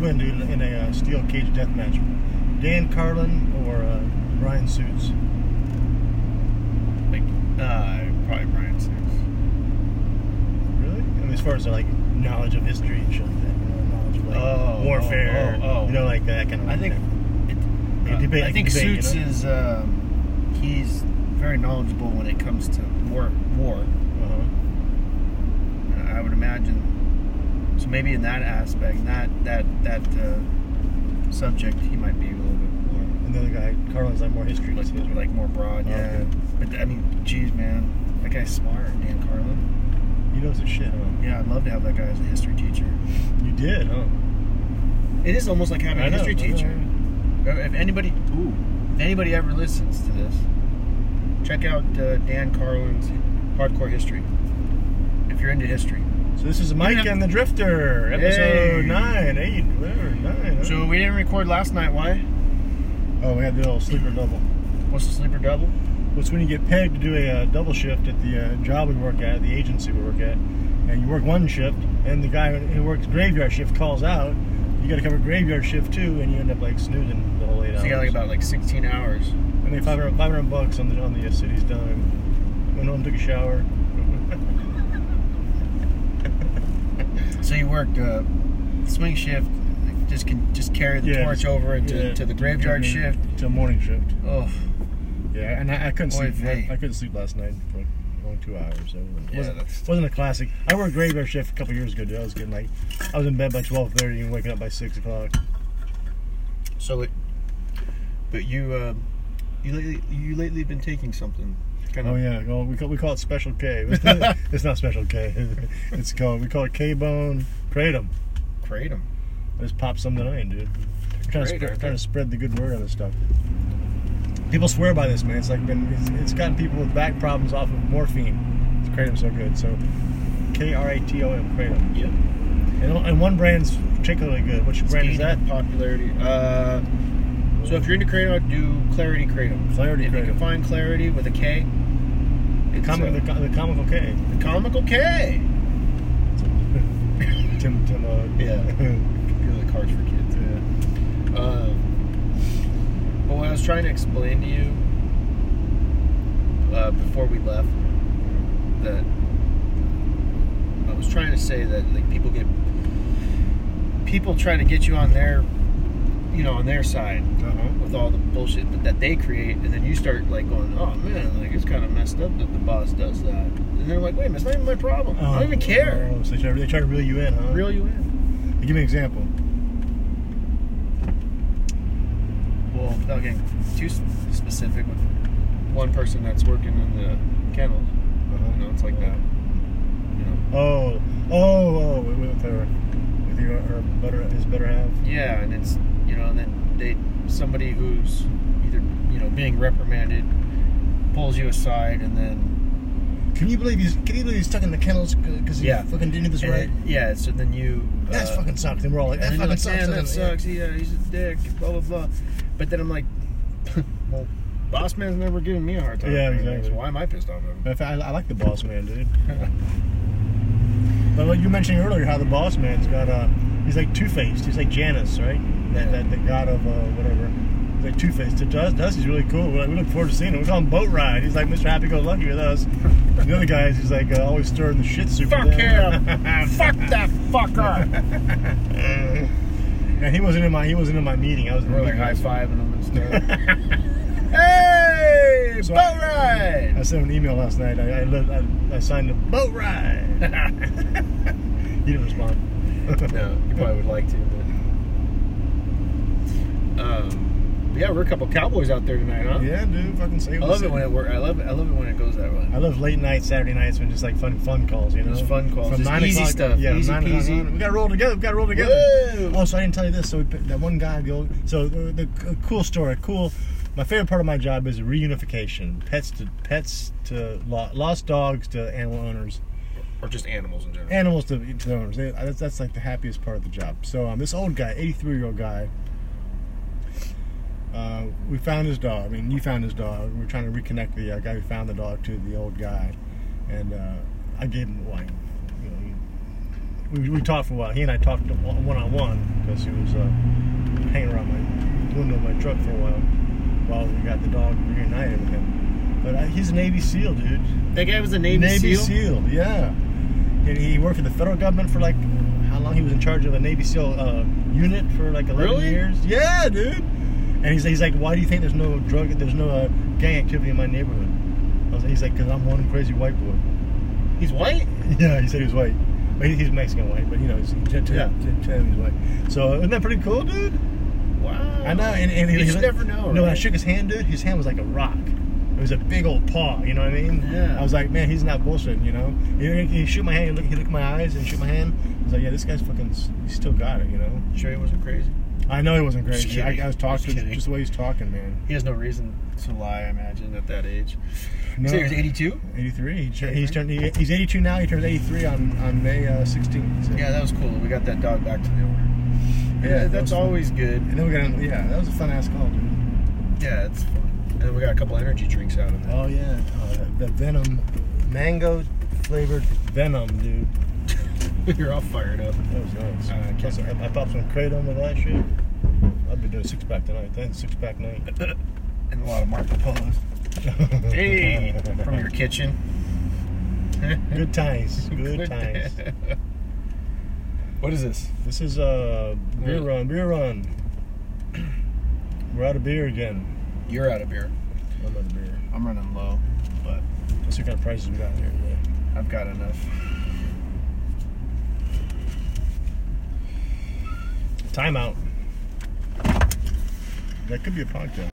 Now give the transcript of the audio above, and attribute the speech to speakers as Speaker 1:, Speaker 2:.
Speaker 1: win, dude, in a uh, steel cage death match? Dan Carlin or uh, Brian Suits?
Speaker 2: Like, uh, probably Brian Suits.
Speaker 1: Really? I mean, as far as like knowledge of history and shit like that, you know, knowledge of like
Speaker 2: Oh, oh,
Speaker 1: warfare,
Speaker 2: oh, oh.
Speaker 1: you know, like that kind of.
Speaker 2: I think. It,
Speaker 1: Yeah, debate-
Speaker 2: Uh, I think
Speaker 1: debate, you
Speaker 2: Suits
Speaker 1: know?
Speaker 2: is. Um, he's very knowledgeable when it comes to war. War.
Speaker 1: Uh-huh.
Speaker 2: Uh, I would imagine. So maybe in that aspect, that that that uh, subject, he might be a little bit more
Speaker 1: And the other guy, Carlin's like more history.
Speaker 2: like,
Speaker 1: Like,
Speaker 2: like, more broad.
Speaker 1: Oh,
Speaker 2: Yeah,
Speaker 1: okay.
Speaker 2: but I mean, geez, man, that guy's smart, Dan Carlin.
Speaker 1: he knows his shit. Huh?
Speaker 2: Yeah, I'd love to have that guy as a history teacher.
Speaker 1: You did, huh?
Speaker 2: It is almost like having a
Speaker 1: I know,
Speaker 2: history
Speaker 1: I know,
Speaker 2: teacher. Uh, If anybody, ooh, if anybody ever listens to this, check out uh, Dan Carlin's Hardcore History. If you're into history,
Speaker 1: So this is Mike
Speaker 2: have-
Speaker 1: and the Drifter, episode
Speaker 2: Hey.
Speaker 1: nine, eight, whatever, nine. huh?
Speaker 2: so we didn't record last night. Why?
Speaker 1: oh, we had the old sleeper double.
Speaker 2: What's the sleeper double?
Speaker 1: It's when you get pegged to do a uh, double shift at the uh, job we work at, the agency we work at, and you work one shift, and the guy who works graveyard shift calls out. You got to cover graveyard shift too, and you end up like snoozing the whole eight
Speaker 2: So
Speaker 1: hours.
Speaker 2: you got like about like 16 hours.
Speaker 1: I mean, 500, 500 bucks on the on the uh, city's dime. Went home, took a shower.
Speaker 2: So you worked uh, swing shift, like, just can just carry the
Speaker 1: Yeah,
Speaker 2: torch
Speaker 1: just-
Speaker 2: over into
Speaker 1: yeah,
Speaker 2: to the graveyard
Speaker 1: to-
Speaker 2: shift.
Speaker 1: to morning shift.
Speaker 2: Oh,
Speaker 1: Yeah, and I, I couldn't
Speaker 2: Oy
Speaker 1: sleep.
Speaker 2: vey.
Speaker 1: I, I couldn't sleep last night for like only two hours. So it wasn't,
Speaker 2: Yeah, that's-
Speaker 1: wasn't, wasn't a classic. I worked graveyard shift a couple years ago. Dude. I was getting like, I was in bed by twelve thirty and waking up by six o'clock.
Speaker 2: so it. But you, uh, you lately you lately been taking something. Kind
Speaker 1: Oh yeah, well, we call we call it Special K. It's not, it's not Special K. It's called we call it K Bone Kratom.
Speaker 2: Kratom.
Speaker 1: I just pop something in, dude. We're trying, to
Speaker 2: Kratom,
Speaker 1: spread,
Speaker 2: okay.
Speaker 1: trying to spread the good word on this stuff. People swear by this, man. It's like been it's, it's gotten people with back problems off of morphine. It's Kratom's so good. So K R A T O M Kratom.
Speaker 2: Yep.
Speaker 1: And, and one brand's particularly good. Which brand is that?
Speaker 2: popularity? Uh, so if you're into Kratom, do Clarity Kratom.
Speaker 1: Clarity
Speaker 2: If you can
Speaker 1: Kratom.
Speaker 2: find Clarity with a K. It's
Speaker 1: Comic,
Speaker 2: uh,
Speaker 1: the, co- the comical K.
Speaker 2: the comical K.
Speaker 1: Tim, Tim, uh,
Speaker 2: Yeah. Really cards for kids.
Speaker 1: yeah.
Speaker 2: Um, but what I was trying to explain to you uh, before we left, that I was trying to say that like people get people try to get you on their you know on their side
Speaker 1: Uh-huh.
Speaker 2: with all the bullshit that, that they create, and then you start like going, oh man, like it's kind of messed up that the boss does that, and they're like, wait, a minute, it's not even my problem. I don't even care.
Speaker 1: Oh, so they try, they try to reel you in, huh?
Speaker 2: Reel you in.
Speaker 1: Give me an example.
Speaker 2: well, without getting too s- specific with one person that's working in the kennels, you know, it's like that. You know.
Speaker 1: Uh-huh. Oh, oh, oh, with, with her, with your, her better, his better half.
Speaker 2: Yeah, and it's you know, and then they somebody who's either you know being reprimanded pulls you aside, and then
Speaker 1: Can you believe he's? Can you believe he's stuck in the kennels because he
Speaker 2: Yeah.
Speaker 1: fucking didn't do this
Speaker 2: and
Speaker 1: right?
Speaker 2: then- yeah, so then you
Speaker 1: That's
Speaker 2: uh,
Speaker 1: fucking sucks. And we're all like, that
Speaker 2: and
Speaker 1: fucking
Speaker 2: then you're like,
Speaker 1: sucks.
Speaker 2: Man, that sucks. Yeah, he's a dick. Blah blah blah. But then I'm like, well, boss man's never giving me a hard time.
Speaker 1: Yeah,
Speaker 2: for anything,
Speaker 1: exactly.
Speaker 2: So why am I pissed off at him?
Speaker 1: In fact, I, I like the boss man, dude. But like you mentioned earlier, how the boss man's got a. He's like two faced. He's like Janus, right? That,
Speaker 2: Yeah.
Speaker 1: that the god of uh, whatever. He's like two faced. To us, to us, he's really cool. We're like, we look forward to seeing him. We're on boat ride. He's like Mr. Happy Go Lucky with us. And the other guys, he's like uh, always stirring the shit soup.
Speaker 2: Fuck
Speaker 1: with them.
Speaker 2: him! Fuck that fucker!
Speaker 1: and he wasn't in my he wasn't in my meeting. I was in
Speaker 2: We're
Speaker 1: the
Speaker 2: like
Speaker 1: meeting.
Speaker 2: high fiving him and stuff. hey,
Speaker 1: So
Speaker 2: boat
Speaker 1: I- I
Speaker 2: ride!
Speaker 1: sent him an email last night. I I, looked, I, I signed a boat ride. he didn't respond.
Speaker 2: no, you probably would like to. But, um, but yeah, we're a couple cowboys out there tonight, huh?
Speaker 1: yeah, dude, fucking say.
Speaker 2: I love it when it works. I love it. I love it when it goes that way.
Speaker 1: I love late night Saturday nights when just like fun fun calls, you know.
Speaker 2: Just fun calls, just easy
Speaker 1: o'clock-
Speaker 2: stuff,
Speaker 1: Yeah,
Speaker 2: easy
Speaker 1: nine o'clock
Speaker 2: peasy.
Speaker 1: on. We gotta roll together. We gotta roll together.
Speaker 2: Whoa!
Speaker 1: Oh, so I didn't tell you this. So we, picked- that one guy, the old, so uh, the, the a cool story, cool. My favorite part of my job is reunification. Pets to pets to lo, lost dogs to animal owners
Speaker 2: Or just animals in general.
Speaker 1: animals to, to the owners. They, that's, that's like the happiest part of the job. So um, this old guy, 83 year old guy, uh, we found his dog. I mean, you found his dog. We are trying to reconnect the uh, guy who found the dog to the old guy, and uh, I gave him wine. You know, we, we talked for a while. He and I talked one on one because he was uh, hanging around my window of my truck for a while while we got the dog reunited with him. But uh, he's a Navy SEAL, dude.
Speaker 2: That guy was a Navy,
Speaker 1: Navy
Speaker 2: SEAL.
Speaker 1: SEAL, yeah. And he worked for the federal government for like how long? He was in charge of a Navy SEAL uh, unit for like 11
Speaker 2: Really?
Speaker 1: years. Yeah, dude. And he's, he's like, why do you think there's no drug, there's no uh, gang activity in my neighborhood? I was, he's like, because I'm one crazy white boy.
Speaker 2: He's white.
Speaker 1: Yeah, he said he was white. But he, he's Mexican white, but you know, he's, he t- t-
Speaker 2: Yeah.
Speaker 1: t- t- he's white. So isn't that pretty cool, dude?
Speaker 2: Wow.
Speaker 1: I know, and, and he
Speaker 2: you
Speaker 1: was
Speaker 2: just
Speaker 1: like-
Speaker 2: never know.
Speaker 1: No, when I
Speaker 2: right?
Speaker 1: shook his hand, dude. His hand was like a rock. It was a big old paw. You know what I mean?
Speaker 2: Yeah.
Speaker 1: I was like, man, he's not bullshitting. You know? He, he shook my hand. He looked, he looked in my eyes and shook my hand. I was like, yeah, this guy's fucking. s- He still got it. You know?
Speaker 2: Sure, he wasn't crazy.
Speaker 1: I know he wasn't
Speaker 2: Just
Speaker 1: crazy. I,
Speaker 2: kidding.
Speaker 1: I was talking
Speaker 2: Just
Speaker 1: to him,
Speaker 2: kidding.
Speaker 1: just the way he's talking, man.
Speaker 2: He has no reason to lie. I imagine at that age.
Speaker 1: No.
Speaker 2: So he was 82.
Speaker 1: 83. He tur- He's
Speaker 2: 83?
Speaker 1: turned. He, he's 82 now. He turns 83 on on May uh, 16th. So.
Speaker 2: Yeah, that was cool. We got that dog back to the owner.
Speaker 1: Yeah,
Speaker 2: Yeah,
Speaker 1: that was
Speaker 2: that's
Speaker 1: fun.
Speaker 2: always good.
Speaker 1: And then we got. him- Yeah, that was a fun ass call, dude.
Speaker 2: Yeah, it's fun. And then we got a couple energy drinks out of it.
Speaker 1: Oh yeah, uh, the venom, mango flavored venom, dude.
Speaker 2: You're all fired up.
Speaker 1: That was nice.
Speaker 2: Uh, I
Speaker 1: Plus,
Speaker 2: can't-
Speaker 1: I, I popped some kratom with that shit. I'll be doing six pack tonight. Then six pack night.
Speaker 2: And a lot of Marco Polos. Hey, from your kitchen.
Speaker 1: good times. Good, times.
Speaker 2: What is this?
Speaker 1: This is uh, beer
Speaker 2: Really?
Speaker 1: run. Beer run. We're out of beer again.
Speaker 2: You're out of beer.
Speaker 1: I'm out of beer.
Speaker 2: I'm running low, but
Speaker 1: Let's see what kind of prices we got here today.
Speaker 2: I've got enough.
Speaker 1: Timeout. That could be a podcast.